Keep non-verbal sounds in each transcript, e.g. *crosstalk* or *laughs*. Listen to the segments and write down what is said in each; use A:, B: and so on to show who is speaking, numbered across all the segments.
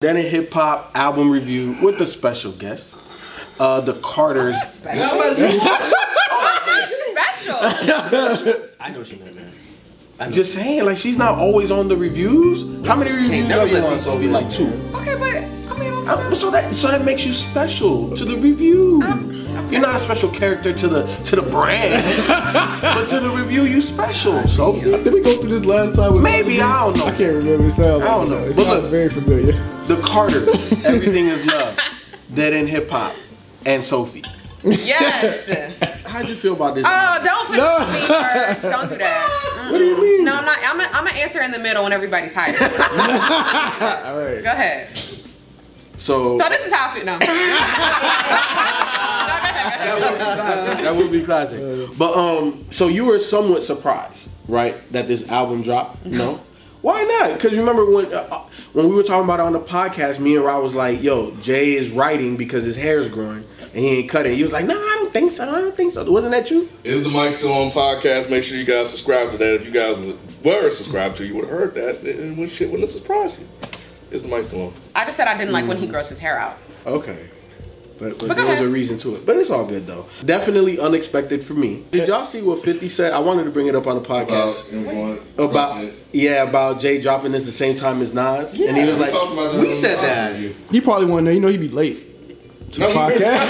A: Then a hip hop album review with a special guest, uh, the Carters.
B: Special.
C: I know what you meant, man. I know.
A: Just saying, like she's not always on the reviews. How many reviews
C: never
A: are you
C: let
A: on,
C: people
A: Sophie?
C: in.
A: Like two.
B: Okay, but I mean, I'm
A: Uh, *laughs* So
B: still.
A: that so that makes you special to the review. You're not a special character to the to the
C: *laughs*
A: brand, but to the review you special. Sophie.
D: Did we go through this last time? with-
A: Maybe I don't
D: I
A: know.
D: can't remember. It sounds.
A: I don't
D: like-
A: know.
D: It
A: But
D: sounds
A: look-
D: very familiar.
A: The Carters. Everything is love. Dead in hip hop, and Sophie.
B: Yes.
A: How'd you feel about this?
B: Oh, don't put
D: No.
B: me first. Don't do that.
D: What do you mean?
B: No, I'm not. I'm gonna I'm gonna answer in the middle when everybody's tired. Go
D: All right.
B: ahead.
A: so
B: So this is how I feel. No. *laughs* no, go ahead, go ahead.
A: that would be classic. But um, so you were somewhat surprised, right, that this album dropped? No. Why not? Because remember when uh, uh, when we were talking about it on the podcast, me and Rob was like, "Yo, Jay is writing because his hair's growing and he ain't cut it." He was like, "No, I don't think so. I don't think so." Wasn't that you?
E: Is the mic still on podcast? Make sure you guys subscribe to that. If you guys were subscribed to, you would have heard that. It would shit wouldn't have surprised you. Is the mic still on?
B: I just said I didn't like when he grows his hair out.
A: Okay. But, but
B: But go
A: there was a
B: ahead.
A: reason to it. But it's all good though. Definitely unexpected for me. Did y'all see what 50 said? I wanted to bring it up on the podcast.
C: Oh,
A: About yeah, about Jay dropping this the same time as Nas, and he was like,
C: We said that.
D: He probably won't know. You know, he'd be late.
E: No,
D: Podcast.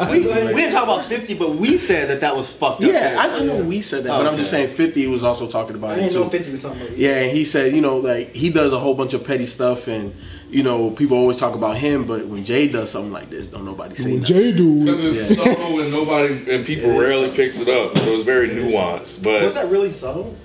C: We,
D: *laughs*
C: we didn't talk about 50, but we said that that was fucked up.
A: "Yeah, I, I know we said that, but I'm just
C: Okay.
A: saying 50 was also talking about
F: I
A: it
F: didn't know
A: too."
F: 50 was talking about you.
A: Yeah, and he said, you know, like he does a whole bunch of petty stuff, and you know, people always talk about him, but when Jay does something like this, don't nobody say
D: When
A: nothing.
D: Jay do. it.
E: Because it's subtle and nobody and people rarely picks it up, so it's very nuanced.
F: Was
E: But
F: that really subtle?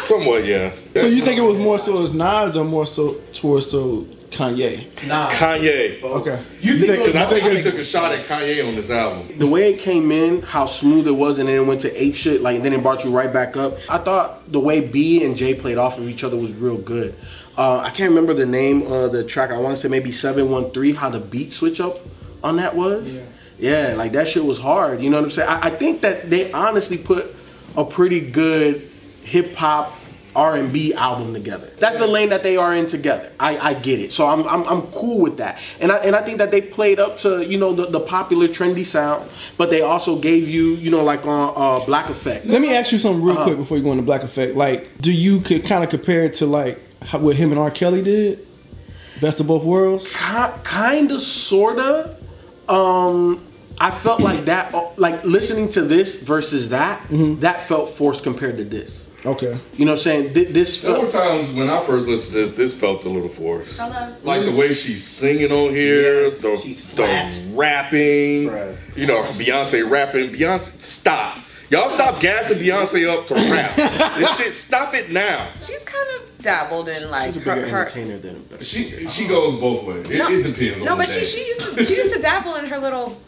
E: somewhat, yeah.
D: So you think it was more so as Nas or more so towards so Kanye?
C: Ah.
F: Nah.
E: Kanye?
D: Okay.
E: You think? Because I think
D: more-
E: they took a shot at Kanye on this album.
A: The way it came in, how smooth it was, and then it went to ape shit, like, and then it brought you right back up. I thought the way B and J played off of each other was real good. Uh, I can't remember the name of the track. I want to say maybe 713, how the beat switch up on that was. Yeah, like that shit was hard. You know what I'm saying? I, I think that they honestly put a pretty good hip hop R&B album together. That's the lane that they are in together. I, I get it. So I'm, I'm I'm cool with that. And I and I think that they played up to, you know, the, the popular trendy sound, but they also gave you, you know, like on uh, Black Effect.
D: Let me ask you something real quick before you go into Black Effect. Like, do you could kind of compare it to like how, what him and R. Kelly did? Best of both worlds.
A: Kind of sorta um I felt like that uh, like listening to this versus that,
B: Mm-hmm.
A: that felt forced compared to this.
D: Okay.
A: You know what I'm saying? Th- this
E: There were
A: felt
E: times when I first listened to this, this felt a little forced.
B: Hello.
E: Like the way she's singing on here,
C: Yes,
E: the,
C: she's flat.
E: the rapping,
F: Right.
E: you know, Beyonce rapping. Beyonce, stop. Y'all stop gassing Beyonce up
B: *laughs*
E: to rap. this shit, stop it now.
B: She's kind of dabbled in like
A: she's a
B: her.
A: bigger
B: her
A: entertainer than
E: She she goes both ways. It, it depends.
B: No,
E: on
B: but
E: the
B: she
E: day.
B: she used to she used to dabble in her little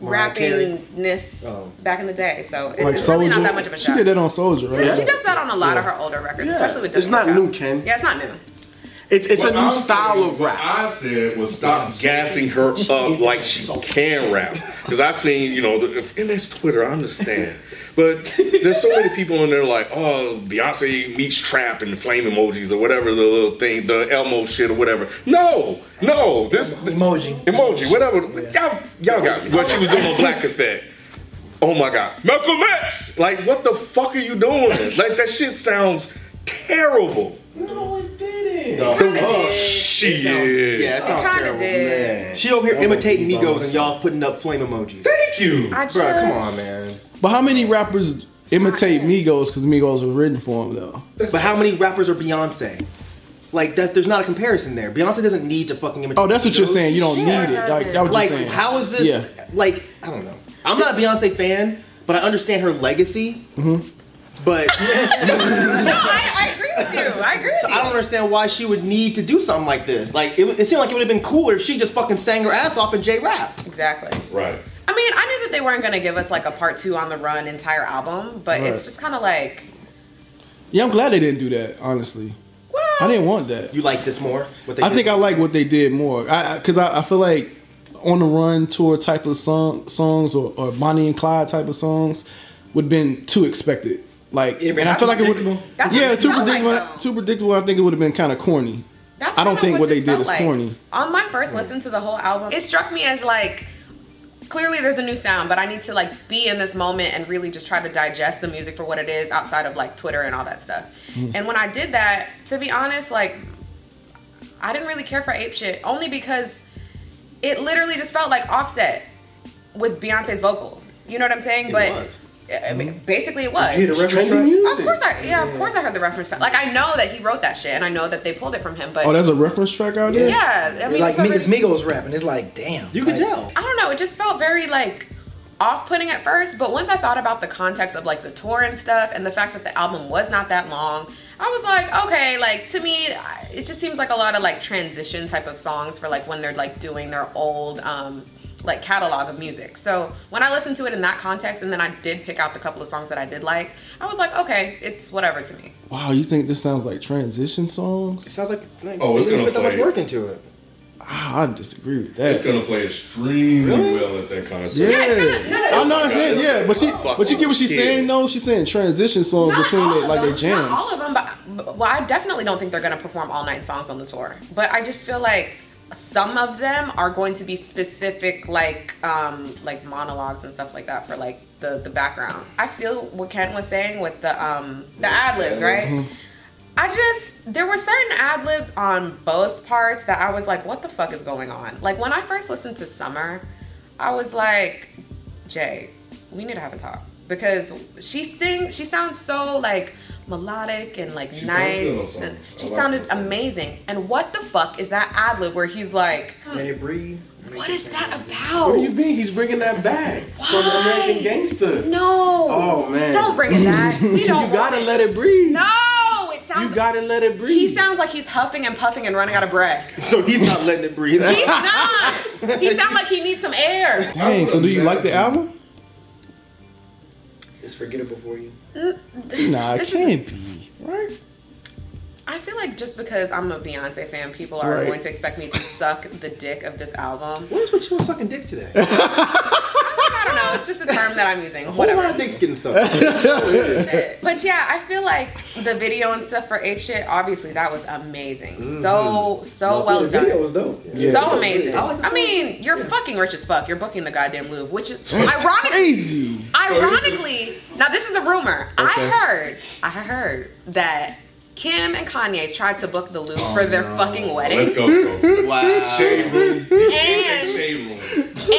F: Mariah Carey?
B: rappingness
F: Oh.
B: back in the day. So it,
D: Like
B: it's really not
D: Soulja.
B: that much of a
D: She
B: shock.
D: did that on Soldier, right?
A: Yeah.
B: She does that on a lot of her older records,
A: Yeah.
B: especially with
A: It's
B: Destiny's
A: not
B: Child.
A: new, Ken.
B: Yeah, it's not new.
A: It's it's a
E: What
A: new
E: I'm
A: style
E: saying-
A: of
E: what
A: rap.
E: I said was stop gassing her up like she can rap. Because I seen, you know, the, and that's Twitter, I understand. But there's so many people in there like, oh, Beyonce meets trap and flame emojis or whatever the little thing, the Elmo shit or whatever. No, no, this
F: Emoji.
E: emoji, whatever. Y'all, y'all got me. What she was doing on Black Effect. Oh my God, Malcolm X! Like, what the fuck are you doing? Like that shit sounds terrible.
A: no, it didn't.
E: Shit.
C: Yeah, it
B: It
C: Oh, sounds
B: kind
C: terrible.
B: of did.
C: She over here imitating Migos and y'all putting up flame emojis.
E: Thank you.
B: I
C: Bro,
B: just-
C: come on, man.
D: But how many rappers imitate Migos because Migos were written for them though?
C: But how many rappers are Beyonce? Like that, there's not a comparison there. Beyonce doesn't need to fucking imitate.
D: Oh, that's what you're
C: Migos.
D: saying. You don't
B: Yeah.
D: need it. Like, that what
C: Like,
D: you're saying.
C: how is this?
D: Yeah.
C: Like, I don't know. I'm not a Beyonce fan, but I understand her legacy.
D: Mm-hmm.
C: But
B: No, I, I agree with you. I agree with
C: so
B: you.
C: I don't understand why she would need to do something like this. Like, it, it seemed like it would have been cooler if she just fucking sang her ass off in J rap.
B: exactly.
E: Right.
B: I mean, I knew that they weren't going to give us like a part two on the run entire album, but it's just kind of like,
D: Yeah, I'm glad they didn't do that. Honestly,
B: well,
D: I didn't want that.
C: You like this more? What they
D: I
C: did?
D: think I like what they did more. I because I, I feel like on the run tour type of song songs or, or Bonnie and Clyde type of songs would have been too expected. Like,
C: It'd been-
D: and I feel
C: that's
D: like it would.
C: predictable.
B: That's what
D: Yeah,
B: it
D: too
B: felt like,
D: predictable.
B: though.
D: too predictable. I think it would have been kind of corny.
B: That's
D: I don't
B: kinda
D: think what they
B: this
D: did
B: felt
D: is
B: like.
D: corny.
B: On my first listen to the whole album, it struck me as like clearly there's a new sound, but I need to like be in this moment and really just try to digest the music for what it is outside of like Twitter and all that stuff.
D: Hmm.
B: And when I did that, to be honest, like I didn't really care for Ape Shit only because it literally just felt like Offset with Beyonce's vocals. You know what I'm saying?
C: It
B: but
C: was.
B: I
D: Mm-hmm.
B: mean, basically it was.
C: You hear the reference
A: Trending
C: track?
A: music.
B: Of course, I yeah, of course I heard the reference. To, like I know that he wrote that shit, and I know that they pulled it from him. But
D: Oh, there's a reference track out there.
B: yeah, I mean,
F: like
B: it's
F: Mi-
B: already-
F: it's Migos rapping. It's like damn.
C: You could
F: like,
C: tell.
B: I don't know. It just felt very like off-putting at first, but once I thought about the context of like the tour and stuff, and the fact that the album was not that long, I was like, okay, like to me, I- it just seems like a lot of like transition type of songs for like when they're like doing their old. um like catalog of music. So when I listened to it in that context, and then I did pick out the couple of songs that I did like, I was like, okay, it's whatever to me.
D: Wow, you think this sounds like transition songs?
C: It sounds like, like
E: Oh,
C: oh,
E: it's
C: they didn't
E: gonna
C: put that much
E: play.
C: work into it.
D: Ah, I disagree with that.
E: It's gonna play extremely
C: Really?
E: well at that concert.
D: Yeah,
B: it's gonna- no,
D: I know what I'm saying. Yeah, but she,
E: Fuck
D: but you get what she's
E: yeah.
D: saying though. She's saying transition songs
B: Not
D: between
B: all
D: it,
B: of
D: like
B: them,
D: they jams.
B: Not all of them, but but- well, I definitely don't think they're gonna perform all nine songs on the tour. But I just feel like some of them are going to be specific, like um, like monologues and stuff like that for like the the background. I feel what Kent was saying with the um the ad libs, right?
D: Mm-hmm.
B: I just there were certain ad libs on both parts that I was like, what the fuck is going on? Like when I first listened to Summer, I was like, Jay, we need to have a talk because she sings. She sounds so like melodic and like
E: She sounds good on
B: nice.
E: song.
B: and
E: I
B: she
E: like
B: sounded
E: her song.
B: amazing. And what the fuck is that ad lib where he's like,
C: Let it breathe.
B: what is that
A: What do you
B: about?
A: mean? He's bringing that back from
B: Why?
A: American Gangster.
B: No.
A: Oh, man.
B: Don't bring it back. We don't.
A: You gotta
B: want
A: let it breathe.
B: No, it sounds.
A: You gotta let it breathe.
B: he sounds like he's huffing and puffing and running out of breath.
C: So he's not letting it
D: *laughs*
C: breathe.
B: He's not. He sounds like he needs some air.
D: Dang, so do you like the album?
F: It's forgettable for you.
D: Nah, it
B: This is-
D: can't be. Right?
B: I feel like just because I'm a Beyonce fan, people are
D: Right.
B: going to expect me to suck the dick of this *laughs* album.
C: What is with you and sucking dicks today?
D: *laughs*
C: A
B: I don't know. It's just a term that I'm using.
C: whole lot
B: Whatever.
C: of dicks getting sucked.
B: Shit. But yeah, I feel like the video and stuff for Ape Shit, obviously, that was amazing. So, so well
F: the
B: done.
F: Video was dope.
B: so amazing.
C: I
B: I,
C: like the song.
B: mean, you're fucking rich as fuck. You're booking the goddamn Louvre, which is ironically,
D: Crazy.
B: Ironically, now this is a rumor. I
D: Okay.
B: heard, I heard that Kim and Kanye tried to book the Louvre
D: Oh,
B: for their fucking
E: Let's
B: wedding,
E: go.
C: *laughs*
E: Kobe.
D: *laughs*
C: Wow.
E: Shade room.
B: and
E: Shade room.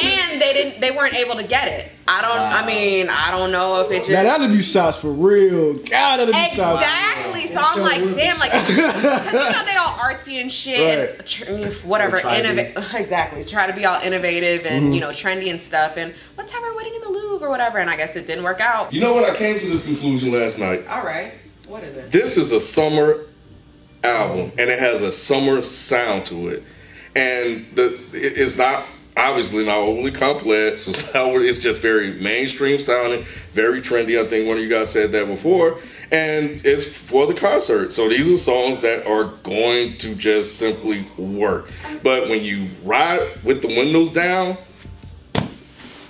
B: and they didn't, they weren't able to get it. I don't, I mean, I don't know if it just
D: Now that'll be shots for real. God, that'll be shots.
B: exactly. So I'm like, damn, like, because you know they all artsy and shit, and
D: Right.
B: tr- whatever,
C: Or try to be.
B: innovative. *laughs* Exactly, try to be all innovative and you know trendy and stuff, and let's have our wedding in the Louvre or whatever. And I guess it didn't work out.
E: You know what? I came to this conclusion last night.
B: All right, what is it?
E: this is a summer album and it has a summer sound to it and the it- it's not obviously not overly complex *laughs* it's not- it's just very mainstream sounding very trendy i think one of you guys said that before and it's for the concert so these are songs that are going to just simply work but when you ride with the windows down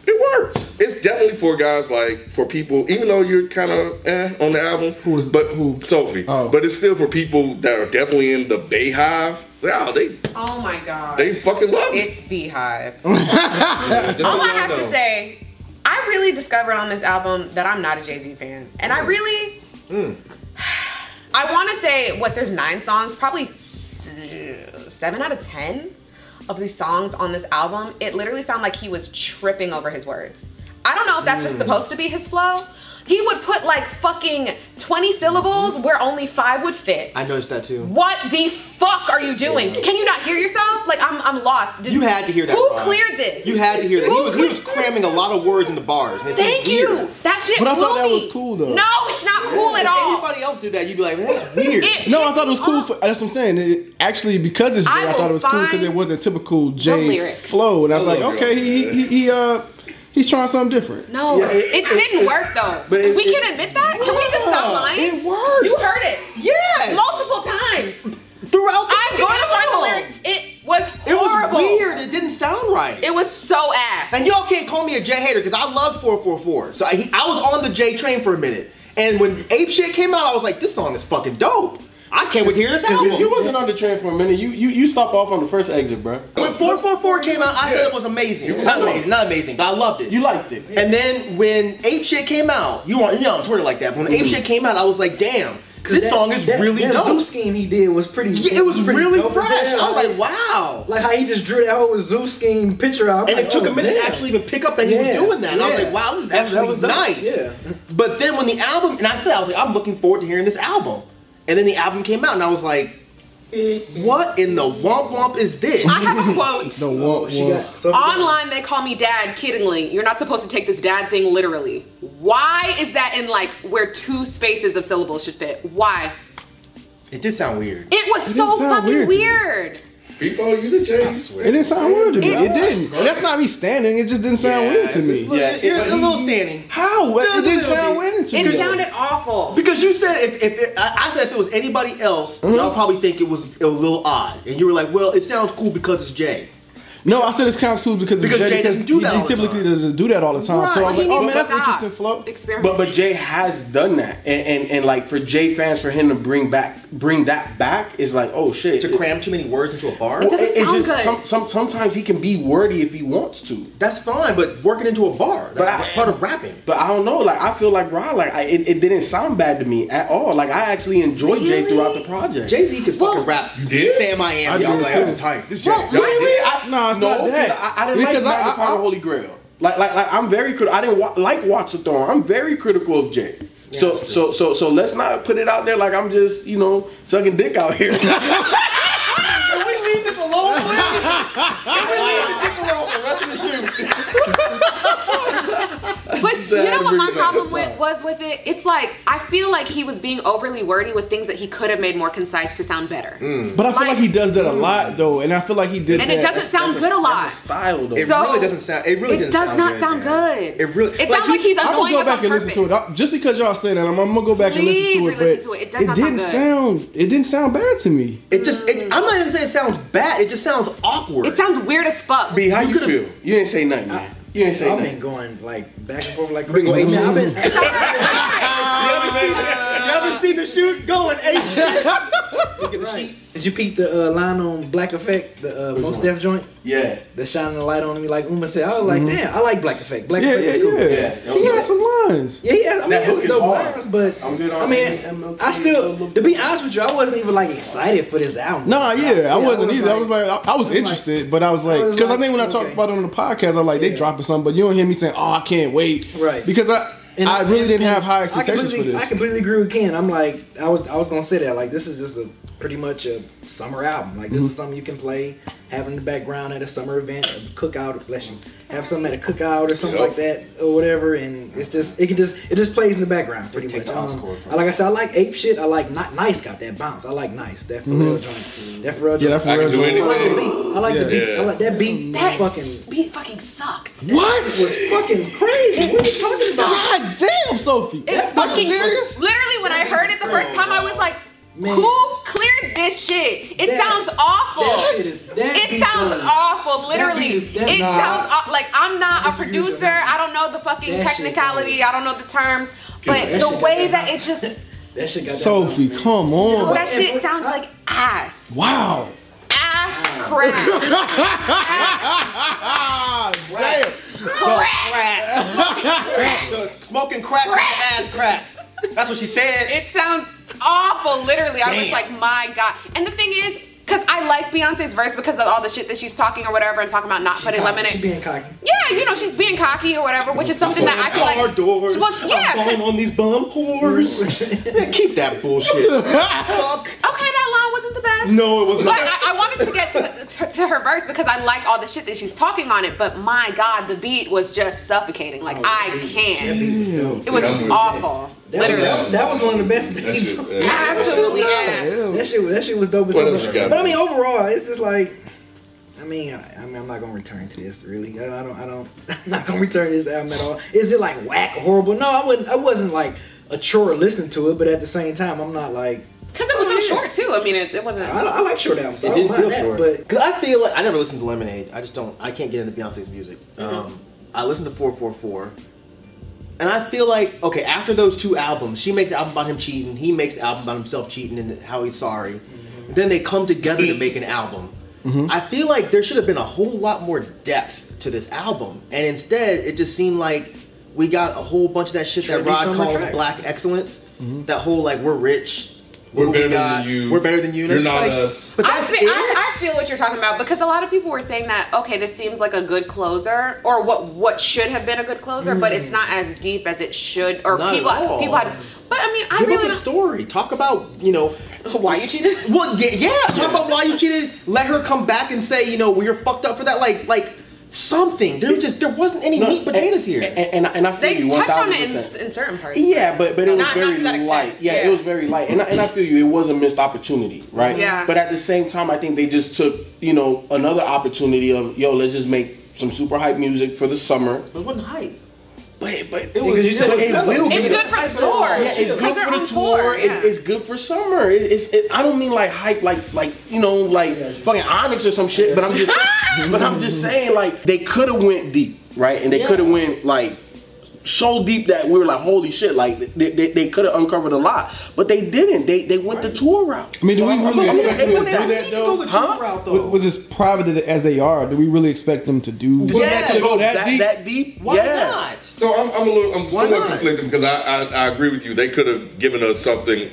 E: it works. It's definitely for guys like for people, even though you're kind of eh, on the album.
D: Who is-
E: but
D: who?
E: Sophie?
D: Oh.
E: But it's still for people that are definitely in the Bay Hive. Wow, they
B: Oh my god.
E: they fucking love it.
B: It's Beehive.
C: Just
B: All
C: so
B: I
C: y'all
B: have
C: know.
B: to say, I really discovered on this album that I'm not a Jay Z fan. And I really, I want to say, what, there's nine songs, probably s- seven out of ten of these songs on this album. It literally sounded like he was tripping over his words. I don't know if that's just supposed to be his flow. He would put like fucking 20 syllables where only five would fit.
C: I noticed that too.
B: What the fuck are you doing? Can you not hear yourself? Like I'm, I'm lost. Did-
C: You had to hear that.
B: Who
C: Ron.
B: cleared this?
C: You had to hear that.
B: Who
C: He was, he was
B: cle-
C: cramming a lot of words in the bars. And it seemed
B: Thank you.
C: weird.
B: That shit.
D: But I thought
B: blew
D: that
B: me.
D: was cool, though.
B: No, it's not cool at
C: If
B: all.
C: anybody else did that, you'd be like, that's weird.
B: It
D: No, I thought it was
B: pissed
D: cool.
B: me
D: For,
B: off.
D: that's what I'm saying. It, actually, because it's
B: I
D: Jay, I
B: will
D: thought it was cool because
B: find
D: it wasn't typical Jay
B: lyrics.
D: flow, and I was
E: I
D: like,
E: love
D: okay,
E: y'all,
D: he,
E: man.
D: he he uh he's trying something different.
B: no,
A: Yeah,
B: it,
A: it-
B: didn't work though.
A: but it-
B: we
A: it-
B: can admit that. Can we just stop lying?
D: It worked.
B: You heard it.
C: Yes.
B: Multiple times.
C: Throughout the
B: I'm going to find the
C: album.
B: lyrics. It was
C: It
B: horrible.
C: was weird. It didn't sound right.
B: It was so ass.
C: and y'all can't call me a Jay hater because I love 444. So I, he, I was on the Jay train for a minute. And when Ape Shit came out, I was like, this song is fucking dope. I can't wait to hear this
A: Because
C: album.
A: you wasn't on the train for a minute. You you you stopped off on the first exit, bro.
C: When 444 came out, I said it was amazing. not amazing, not amazing, but I loved it.
A: You liked it.
C: And then when Ape Shit came out, you on you on Twitter like that. But when Ape Shit came out, I was like, damn, this
F: That-
C: song is
F: that-
C: really
F: that
C: dope.
F: Zoo scheme he did was pretty.
C: Yeah, it was
F: pretty
C: really
F: dope as
C: fresh.
F: hell.
C: I was like, wow.
F: like how he just drew that whole zoo scheme picture out. I'm
C: And it
F: like,
C: took
F: oh,
C: a minute
F: damn.
C: to actually even pick up that he
F: Yeah,
C: was doing that. And I was
F: yeah.
C: like, wow, this is
F: That- that
C: actually
F: was dope.
C: nice.
F: Yeah.
C: But then when the album, and I said, I was like, I'm looking forward to hearing this album. And then the album came out, and I was like, what in the womp womp is this?
B: I have a quote.
D: No, what?
F: She got so
B: Online, they call me dad kiddingly. You're not supposed to take this dad thing literally. Why is that in like where two spaces of syllables should fit? Why?
C: It did sound weird.
B: It was so
D: sound
B: fucking
D: weird
B: weird.
D: to me.
E: People, you the J's.
D: It didn't sound weird to me. It,
B: It's-
D: didn't. That's not me standing. It just didn't sound weird to me.
C: Yeah, it, it- a little standing.
D: How? What?
C: Just
D: It
C: a
D: didn't
C: little
D: sound
C: bit.
D: weird to me.
B: It sounded awful.
C: Because you said if, if it, I I said if it was anybody else, y'all probably think it was a little odd, and you were like, "Well, it sounds cool because it's Jay."
D: No, I said it's kind of cool because,
C: Because Jay doesn't do that
D: He
C: all the
D: typically
C: time.
D: doesn't do that all the time. So I was
B: He
D: like, oh
B: needs
D: man,
B: to
D: that's
B: stop
D: interesting flow.
B: Experiment.
A: But but Jay has done that, and, and and like for Jay fans, for him to bring back bring that back is like oh shit.
C: To cram too many words into a bar,
A: Well,
B: It doesn't
A: it's
B: sound
A: just
B: good.
A: some, some sometimes he can be wordy if he wants to.
C: that's fine. But working into a bar, that's
A: But I-
C: part of rapping.
A: But I don't know. Like I feel like Rod, like I, it, it didn't sound bad to me at all. Like I actually enjoyed Jay
B: Really?
A: throughout the project.
C: Jay Z could
B: Well-
C: fucking rap.
E: You did?
C: Sam I am.
D: I
C: y'all
D: did
C: like,
D: too.
C: that's tight. This
B: Well,
C: Jay.
B: really?
A: I,
D: No, it's
A: no,
D: not
A: 'cause
D: that.
A: I, I didn't
D: Because I-
A: like Magna
D: I-
A: Carta
D: I-
A: Holy Grail. Like, like, like, I'm very critical. I didn't wa- like Watch the Throne. I'm very critical of Jay. so, so, so, so, let's not put it out there like I'm just, you know, sucking dick out
D: *laughs*
A: here.
C: Can we leave this alone, *laughs* please? Can we leave the dick alone for the rest of the shoot?
B: But you know what my
A: Bring it back.
B: problem with, was with it? It's like I feel like he was being overly wordy with things that he could have made more concise to sound better.
D: But I feel like
B: Like-
D: he does that a lot though, and I feel like he did.
B: And it
D: that-
B: doesn't sound
A: That's
B: good a lot.
A: That's a style though.
C: It
B: So-
C: really doesn't sound. It really
B: It
C: doesn't
B: does
C: sound
B: not
C: good,
B: sound
C: man.
B: good.
C: It really.
B: It sounds like he's
D: I'm gonna
B: annoying
D: go
B: us
D: back
B: on
D: and listen to it
B: purpose.
D: I- just because y'all say that. I'm, I'm gonna go back
B: Please
D: and listen to it.
B: re-listen
D: But
B: to it. It does not sound
D: didn't
B: good.
D: sound. It didn't sound bad to me.
C: It just. It, I'm not even saying it sounds bad. It just sounds awkward.
B: It sounds weird as fuck.
A: B, how you, feel? You ain't say nothing. man. you ain't say
F: I've
A: nothing.
F: been going like back and forth like
C: been
F: crazy.
C: going
F: Man, I've been,
D: *laughs*
C: You ever seen the, you ever seen the shoot going *laughs* ape shit? Look at the sheet.
F: Did you peep the uh, line on Black Effect, the uh, Most Def joint?
A: Yeah.
F: That shining the light on me like Uma said. I was like, damn, I like Black Effect. Black
D: Mm-hmm. Yeah,
F: Effect
D: yeah,
F: is cool.
A: Yeah.
D: yeah. He had some lines.
F: Yeah, he has, I mean,
A: That
F: he has
A: hook
F: some
A: is
F: dope
A: hard.
F: lines, but
A: I'm good on
F: I
A: it. I'm
F: mean,
A: okay.
F: I still, to be honest with you, I wasn't even like excited for this album.
D: Nah, yeah, I wasn't either. I was like, I, I was
F: like-
D: interested, but I was like,
F: was
D: because I
F: like,
D: think when I talked
F: okay.
D: about it on the podcast, I was like, they dropping something, but you don't hear me saying, oh, I can't wait,
F: Right.
D: Because I,
F: And
D: I really
F: and-
D: didn't have high
F: I
D: expectations for
F: completely-
D: this.
F: I completely agree with Ken. I'm like, I was, I was gonna say that. Like, this is just a pretty much a summer album. Like, this
D: Mm-hmm.
F: is something you can play, have in the background at a summer event, a cookout. Bless you. Have something at a cookout or something
E: Yup.
F: like that or whatever, and it's just, it can just, it just plays in the background pretty
C: Take
F: much.
C: the aux cord
F: Um,
C: from
F: I- like I said, I like ape shit. I like not nice. Got that bounce. I like nice. That for real joint. That for
D: Mm-hmm. yeah,
F: real joint.
D: that's
E: I
D: for
E: can do
D: real.
E: anything.
F: I like the beat. I like the
D: Yeah.
F: beat. I
E: Yeah.
F: like that beat.
B: that
F: fucking
B: speed fucking sucked.
D: What?
F: *laughs* was fucking crazy. What are you talking
D: God
F: about?
D: damn, Sophie.
B: It
D: Are you
B: fucking
D: serious?
B: literally when I heard it the first time I was like,
F: Man.
B: who cleared this shit? It
F: That-
B: sounds awful.
F: that shit is- that
B: it
F: beat
B: sounds
F: is-
B: awful,
F: beat
B: literally.
F: is- that-
B: it
F: nah.
B: sounds aw- like I'm not a
F: Disagree with
B: producer.
F: you on that.
B: I don't know the fucking
F: That shit
B: technicality.
F: is-
B: I don't know the terms. But
F: that
B: the
F: shit
B: way
F: got
B: that
F: *laughs* that-
B: it just
F: That shit got that
D: Sophie,
F: bounce, man.
D: come
B: oh,
D: on.
B: that
F: and-
B: shit sounds like ass.
D: Wow.
F: *laughs*
B: Ass crap.
D: *laughs* Damn.
B: crap.
C: The Smoking crack, with the ass crack. That's what she said.
B: It sounds awful, literally. I was
C: Damn.
B: like, my God. And the thing is, because I like Beyonce's verse because of all the shit that she's talking or whatever and talking about not putting
F: Cocky.
B: lemonade.
F: She being cocky.
B: Yeah, you know, she's being cocky or whatever, which is something that I feel like.
C: Car doors.
B: Well, she- yeah.
C: I'm going on these bum whores.
F: *laughs*
C: Yeah, Keep that bullshit. Fuck.
B: Okay, that line wasn't the best.
C: No, it was
B: But
C: not.
B: I, I wanted to get to, the, to, to her verse because I like all the shit that she's talking on it, but my God, the beat was just suffocating.
F: Oh,
B: Like, I can't. It was
E: That was-
B: awful.
F: That
B: Literally.
F: Was, that was one of the best
E: That
F: beats.
E: shit,
F: That
E: yeah.
B: Absolutely. ass.
F: shit, was- that shit was dope as
E: What
F: hell.
E: else you got?
F: But I mean, overall, it's just like, I mean, I, I mean, I'm not gonna return to this really. I, I don't, I don't, *laughs* I'm not gonna return to this album at all. Is it like whack or horrible? No, I wouldn't. I wasn't like a chore listening to it, but at the same time, I'm not like
B: Because it was so short, too. I mean, it, it wasn't.
F: I, I like short albums.
C: It
F: I
C: didn't
F: don't
C: feel
F: mind that,
C: short.
F: but
C: Because I feel like I never listened to
E: Mm-hmm.
C: Lemonade. I just don't. I can't get into Beyonce's music. Um, I listened to 444. And I feel like okay, after those two albums, she makes an album about him cheating, he makes an album about himself cheating and how he's sorry.
E: Mm-hmm.
C: Then they come together to make an album. I feel like there should have been a whole lot more depth to this album, and instead, it just seemed like we got a whole bunch of that shit that
F: Trendy
C: Rod
F: summer
C: calls
F: track.
C: black excellence. That whole like we're rich,
E: We're
C: look what
E: better
C: we got,
E: than you.
C: we're better than you. and
E: You're
C: it's
E: not
C: like-
E: us.
C: But
B: I,
C: that's
B: fe-
C: it.
B: I, I feel what you're talking about because a lot of people were saying that okay, this seems like a good closer or what what should have been a good closer, but it's not as deep as it should. Or
C: Not at
B: people
C: all.
B: people had, but I mean, I
C: Give us
B: really
C: a story. Talk about you know
B: don't- *laughs* why you cheated.
C: Well, yeah, yeah. Talk about why you cheated. Let her come back and say, you know, well, you're fucked up for that. Like, like something. There just there wasn't any meat
A: No,
C: potatoes here.
A: And, and, and I feel
B: They
A: you.
B: touched on
A: 1000%.
B: it in, in certain parts.
A: Yeah, but but it was
B: Not- not
A: very
B: to that extent.
A: light. Yeah,
B: Yeah.
A: it was very light, and I, and I feel you. It was a missed opportunity, right?
B: Yeah.
A: But at the same time, I think they just took you know another opportunity of yo, let's just make some super hype music for the summer.
C: it wasn't hype.
A: But but
C: It was-
A: because
C: it was mellow.
A: will
B: It's
A: get-
B: good for the tour.
A: Yeah, it's
B: Because
A: good
B: they're
A: for the
B: on
A: tour.
B: tour,
A: It's,
B: yeah.
A: it's good for summer. It, it's it, I don't mean like hype, like like you know like fucking Onyx or some shit. But I'm just but I'm just saying like they could have went deep, right? And they
C: Yeah.
A: could have went like so deep that we were like, holy shit! Like they, they, they could have uncovered a lot, but they didn't. They they went the tour route.
D: I mean, do we really
A: I'm
D: expect
A: okay *laughs*
D: them to
A: with
D: do
A: that.
D: that though?
A: the Huh? tour
D: With, with as private as they are, do we really expect them to do?
C: Yeah.
A: to go
D: that
A: that,
D: deep?
A: that deep?
C: Why
A: yeah.
C: not?
E: So I'm, I'm a little, I'm
C: Why
E: somewhat
C: not?
E: conflicted because I, I, I agree with you. They could have given us something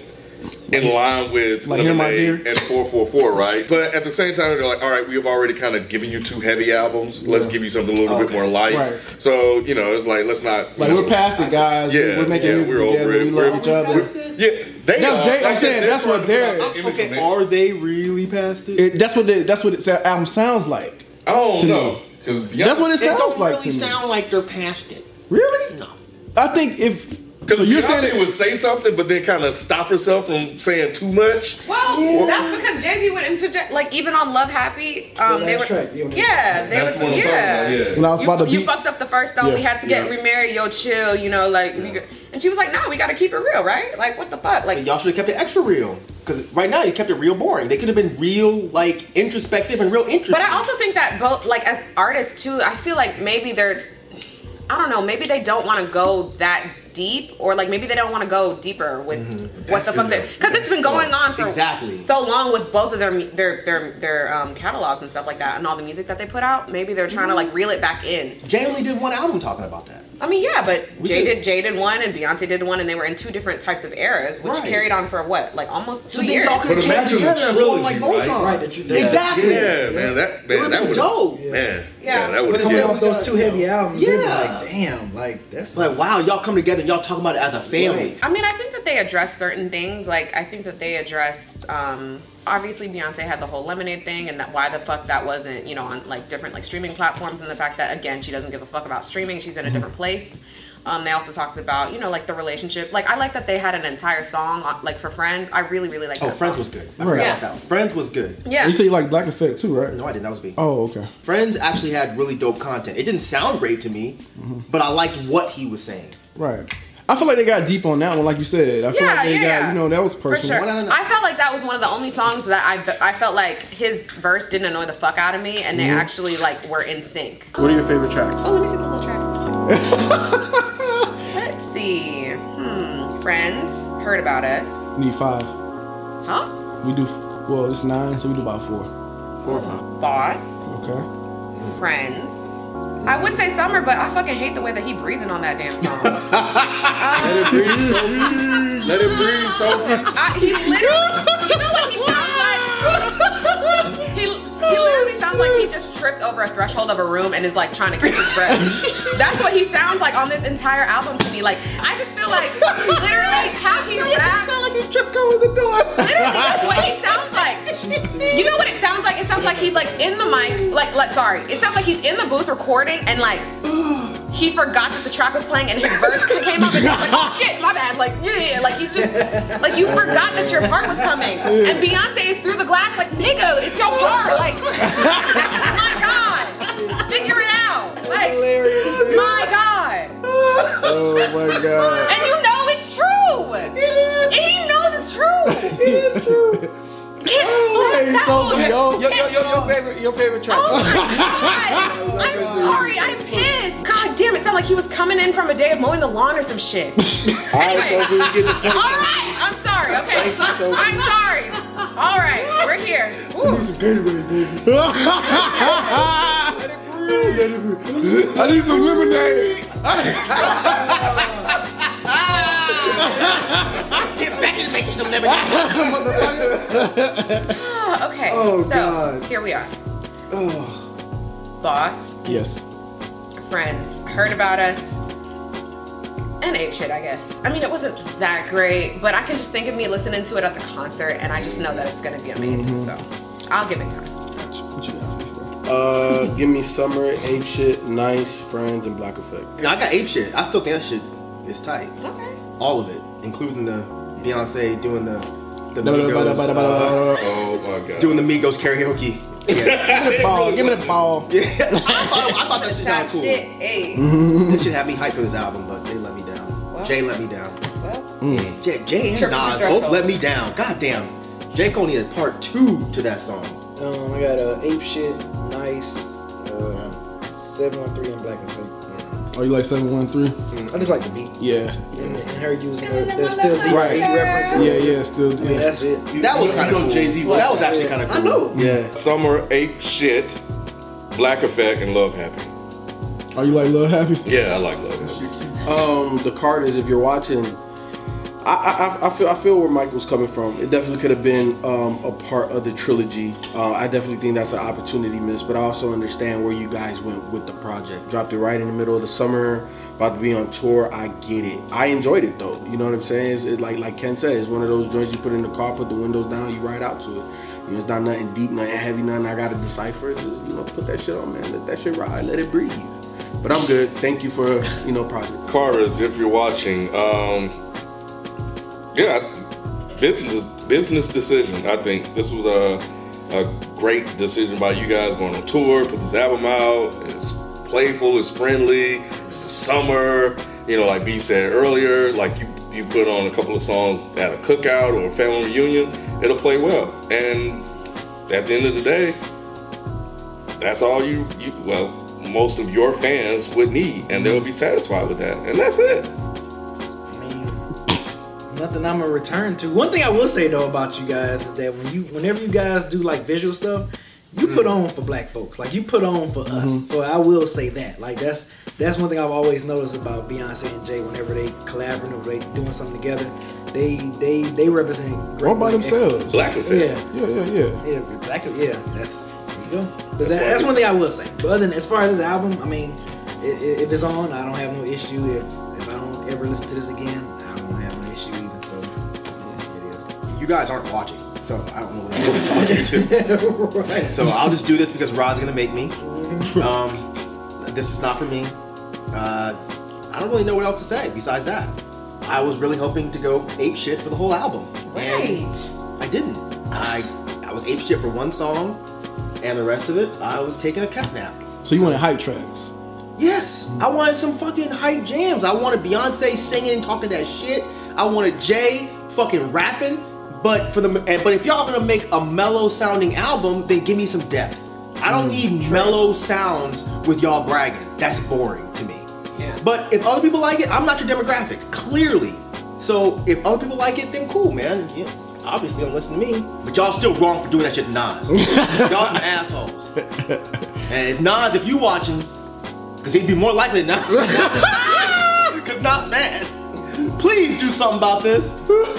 E: in line with
D: Like Here My
E: Lemonade
D: Dear?
E: and 444, right? But at the same time, they're like, all right, we have already kind of given you two heavy albums. Let's give you something a little bit more light.
D: Oh, Right.
E: So you know, it's like let's not.
D: Like we're past it, guys.
E: Yeah,
D: we're making
E: yeah,
D: music
E: we're over
D: together.
E: it.
D: We
E: We're-
D: love each other.
E: Yeah, they.
D: No,
E: are.
D: they-
E: Like
D: I'm
E: I said,
D: saying that's what
E: trying to
D: they're-
E: put out
C: Okay,
E: images, man.
C: are they really past it?
D: It, that's what they, that's what it, that album sounds like.
E: I don't
D: to
E: know
D: me.
E: because
D: That's what it
C: It
D: sounds
C: don't
D: like.
C: really
D: to me.
C: sound like they're past it.
D: Really?
C: No.
D: I think if
E: Because
D: so
E: Beyonce
D: you're saying it
E: would say something, but then kind of stop herself from saying too much.
B: Well, that's because Jay Z would interject, like even on Love Happy, um,
F: The
B: they
F: last
B: would,
F: track, you know.
B: yeah, they
E: That's
B: would,
E: what I'm
B: yeah.
E: talking about.
D: when
E: Yeah.
D: I was
B: You,
D: about to
B: you
D: be
B: fucked up the first stone. We
D: Yeah.
B: had to get
E: Yeah.
B: remarried. Yo, chill. You know, like we. Go- and she was like, "No, we got to keep it real, right? Like, what the fuck? Like,
C: Like, y'all should have kept it extra real. Because right now you kept it real boring. They could have been real, like introspective and real interesting.
B: But I also think that both, like as artists too, I feel like maybe they're, I don't know, maybe they don't want to go that deep, or like maybe they don't want to go deeper with
C: Mm-hmm.
B: what the fuck they, because it's been going on for
C: Exactly.
B: so long with both of their mu- their their their um, catalogs and stuff like that, and all the music that they put out. Maybe they're trying to
C: Mm-hmm.
B: like reel it back in.
C: Jay only did one album talking about that.
B: I mean, yeah, but
C: We
B: Jay
C: did-
B: did. Jay did one, and Beyonce did one, and they were in two different types of eras, which
C: Right.
B: carried on for what, like almost two
C: So then
B: years.
C: y'all could
E: But
C: have kept
E: imagine the
C: together and formed like
E: trilogy, right?
C: Voltron.
F: Right, that you-
C: Exactly.
E: Yeah, man, that man,
C: would've
E: that
C: been
E: would
C: dope.
E: Man, yeah,
B: Yeah.
E: that would
F: But coming off
E: have.
F: those two heavy albums, yeah.
C: Yeah.
F: like, damn, like that's
C: It's like, wow, y'all come together and y'all talk about it as a family.
B: I mean, I think that they addressed certain things. Like, I think that they addressed. Um, obviously, Beyonce had the whole lemonade thing, and that why the fuck that wasn't, you know, on like different like streaming platforms, and the fact that again she doesn't give a fuck about streaming. She's
C: Mm-hmm.
B: in a different place. Um, they also talked about, you know, like the relationship. Like, I like that they had an entire song, uh, like for Friends. I really, really like.
C: Oh, Friends was good. I
D: Right.
C: forgot
B: Yeah.
C: about that. one. Friends was good.
B: Yeah.
D: you say you like Black Effect too, right?
C: No, I didn't. That was me.
D: Oh, okay.
C: Friends actually had really dope content. It didn't sound great to me,
D: Mm-hmm.
C: but I liked what he was saying.
D: Right. I feel like they got deep on that one, like you said. I feel
B: Yeah,
D: like they
B: yeah,
D: got,
B: yeah.
D: you know, that was
B: For
D: personal.
B: sure.
C: Why not?
B: I felt like that was one of the only songs that I, I felt like his verse didn't annoy the fuck out of me, and
D: Mm-hmm.
B: they actually like were in sync.
A: What are your favorite tracks?
B: Oh, let me see the whole track.
D: *laughs*
B: Let's see. Hmm. Friends heard about us.
D: We need five.
B: Huh?
D: We do, well, it's nine, so we do about four.
A: Four or five.
B: Boss.
D: Okay.
B: Friends. I would say summer, but I fucking hate the way that he breathing on that damn song.
E: Let it breathe, Sophie.
B: I, he literally, you know what he sounds
C: *laughs*
B: like? He, he literally sounds like he just tripped over a threshold of a room and is like trying to catch his
C: *laughs*
B: breath. That's what he sounds like on this entire album to me. Like I just feel like literally talking back.
C: like he's tripped over the door.
B: Literally, that's what he sounds like. You know what it sounds like? It sounds like he's like in the mic, like, like sorry, it sounds like he's in the booth recording and like he forgot that the track was playing and his verse *laughs* came up and he's like, oh shit, my bad, like yeah, like he's just like you forgot that your part was coming and Beyonce is through the glass like nigga, it's your part, like *laughs* oh my god, figure it out, like oh my god.
D: Oh my God.
B: And you know it's true. It is. And he knows it's true.
D: It is true.
B: Can't-
D: Hey,
B: that
D: over, yo.
A: Yo, yo, yo, your favorite, your favorite track.
B: Oh my
A: *laughs*
B: Oh God. I'm sorry, I'm pissed. God damn, it sounded like he was coming in from a day of mowing the lawn or some shit.
E: Alright, so we get the
B: All right, I'm sorry. Okay, I'm sorry. All right, we're here. Ooh.
D: I need some lemonade.
B: Ah, okay,
F: Oh,
B: so
F: God.
B: here we are.
F: Oh,
B: Boss,
D: Yes.
B: friends heard about us, and ape shit. I guess. I mean, it wasn't that great, but I can just think of me listening to it at the concert, and I just know that it's gonna be amazing. So I'll give it time.
D: What you got for
A: Uh, give me summer, ape shit, nice friends, and black effect.
C: No, I got ape shit. I still think that shit is tight.
B: Okay.
C: All of it, including the Beyonce doing the the Migos, uh,
D: me?
E: Oh my god.
C: doing the Migos
D: *laughs*
C: karaoke. Yeah. *laughs*
D: Give me the ball. Give me the ball.
C: I thought, I thought that shit
B: Top
C: sounded cool.
B: shit. Hey.
C: This shit had me hyped for this album, but they let me down.
B: Well.
C: Jay let me down.
B: Well,
C: Jay, Jay and
B: Triple
C: Nas
B: threshold.
C: both let me down. God damn. Jay Cole needed part two to that song.
F: um, I got uh, ape shit, nice, uh, seven one three and black and white.
D: Oh, you like 713?
F: I just like the beat
D: Yeah.
F: and, and her using the, the still deep
D: Right.
F: beat reference.
D: Yeah,
F: to it.
D: yeah, still.
F: I mean
D: Yeah.
F: that's it.
C: That was
A: you
C: kind of
A: know
C: cool.
A: Jay-Z
C: Well, that
A: was-
C: was actually kind of cool.
F: I know.
A: Yeah.
E: Summer Ape Shit, Black Effect, and Love Happy.
D: Are you like Lil Happy?
E: Yeah, I like Love Happy.
A: Um, the card is if you're watching. I, I, I- I feel I feel where Michael's coming from. It definitely could have been um, a part of the trilogy. Uh, I definitely think that's an opportunity miss, but I also understand where you guys went with the project. Dropped it right in the middle of the summer, about to be on tour. I get it. I enjoyed it though. You know what I'm saying? It's, it, like like Ken said, it's one of those joints you put in the car, put the windows down, you ride out to it. You know, it's not nothing deep, nothing heavy, nothing I gotta decipher. Just, you know, put that shit on, man. Let that shit ride. Let it breathe. But I'm good. Thank you for you know project.
E: Carters, if you're watching, um, yeah, business business decision. I think this was a a great decision by you guys going on tour, put this album out. It's playful, it's friendly, it's the summer. You know, like B said earlier, like you you put on a couple of songs at a cookout or a family reunion, it'll play well. And at the end of the day, that's all you, you well most of your fans would need and they'll be satisfied with that and that's it
F: I mean, nothing I'm gonna return to. One thing I will say though about you guys is that when you, whenever you guys do like visual stuff, you put on for black folks. Like you put on for us. So I will say that. Like that's that's one thing I've always noticed about Beyonce and Jay. Whenever they collaborating, or they doing something together, they they they represent. great
D: Or by
F: black
D: themselves.
E: black
F: excellence.
E: effect
F: Yeah.
D: Yeah, yeah, yeah.
F: Yeah, black. Yeah, that's there you go. But that,
E: why
F: that's
E: I-
F: one thing I will say. But other than as far as this album, I mean, i- i- if it's on, I don't have no issue. If if I don't ever listen to this again, I don't have no issue either. So yeah,
C: You guys aren't watching, so I don't really know what to talk
F: *laughs*
C: to.
F: it is. right.
C: So I'll just do this because Rod's gonna make me. Um, this is not for me. Uh, I don't really know what else to say besides that. I was really hoping to go ape shit for the whole album, and
B: right.
C: I didn't. I I was ape shit for one song, and the rest of it I was taking a cat nap.
D: So you wanted hype tracks.
C: Yes, I wanted some fucking hype jams. I wanted Beyonce singing, talking that shit. I wanted Jay fucking rapping. But for the and- but if y'all gonna make a mellow sounding album, then give me some depth. I don't need mellow sounds with y'all bragging. That's boring to me.
B: Yeah.
C: But if other people like it, I'm not your demographic, clearly. So if other people like it, then cool, man. You obviously don't listen to me. But y'all still wrong for doing that shit to Nas. y'all some assholes. And if Nas, if you watching, because he'd be more likely than
A: *laughs*
C: not. *laughs* Because not mad. Please do something about this.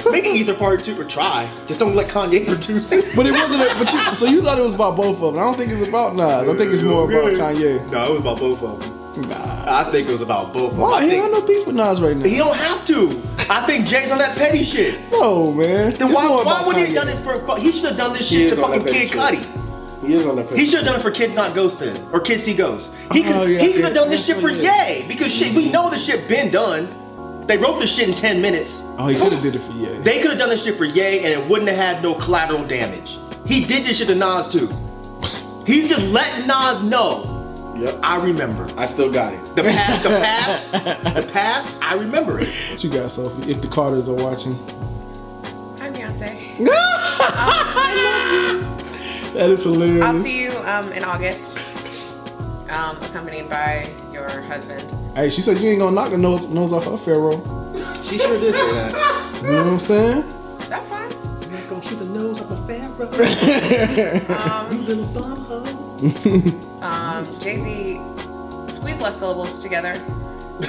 C: Make it either part two or try. Just don't let Kanye produce
A: *laughs*
C: it.
D: But it wasn't. A, but you, so you thought it was about both of them. I don't think it's about Nas. I think it's more about Kanye.
C: No, it was about both of them.
D: Nah.
C: I think it was about both of them.
D: Why
C: I
D: he ain't
C: think,
D: got no beef with Nas right
C: he
D: now?
C: don't have to. I think Jay's on that petty shit.
D: No, man.
C: Then why, why would he have done it for? fu- He should have done this
A: He
C: shit
A: is
C: to
A: on
C: fucking
A: that petty
C: Kid
A: shit.
C: Cudi.
A: He is on that.
C: He should have done it for Kid Not Ghost then, or Kid See Ghost. He could
D: Oh, yeah,
C: he could
D: yeah,
C: have done this
D: yeah,
C: shit for
D: yeah.
C: Ye because shit,
A: Mm-hmm.
C: we know this shit been done. They wrote this shit in ten minutes.
D: Oh, he could have did it for Ye.
C: They could have done this shit for Ye and it wouldn't have had no collateral damage. He did this shit to Nas too. He's just letting Nas know.
A: Yep.
C: I remember
A: I still got it.
C: the past. The past. the past. I remember it.
D: What you got, Sophie? If the Carters
C: *laughs*
D: are watching.
B: Hi, Beyonce.
D: That is hilarious.
B: I'll see you um, in August, um, accompanied by your husband.
D: Hey, she said you ain't gonna knock the nose, nose off her pharaoh.
C: She sure did say that.
D: You know what I'm saying?
B: That's fine.
C: I'm not gonna shoot the nose off a pharaoh. you little bum hoe.
B: Um, Jay Z, squeeze less syllables together.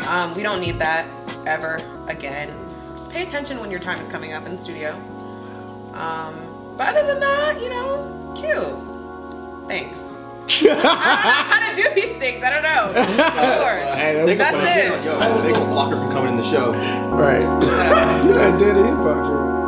B: Um, we don't need that ever again. Just pay attention when your time is coming up in the studio. Um, but other than that, you know, cute. Thanks.
D: *laughs*
B: I don't know how to do these things. I don't know.
D: Hey, *laughs*
C: They can
D: that's-
B: That's
C: put her
B: it.
C: down, yo. They can block her from coming in the show.
D: right.
B: Sure.
D: You had dead in his box.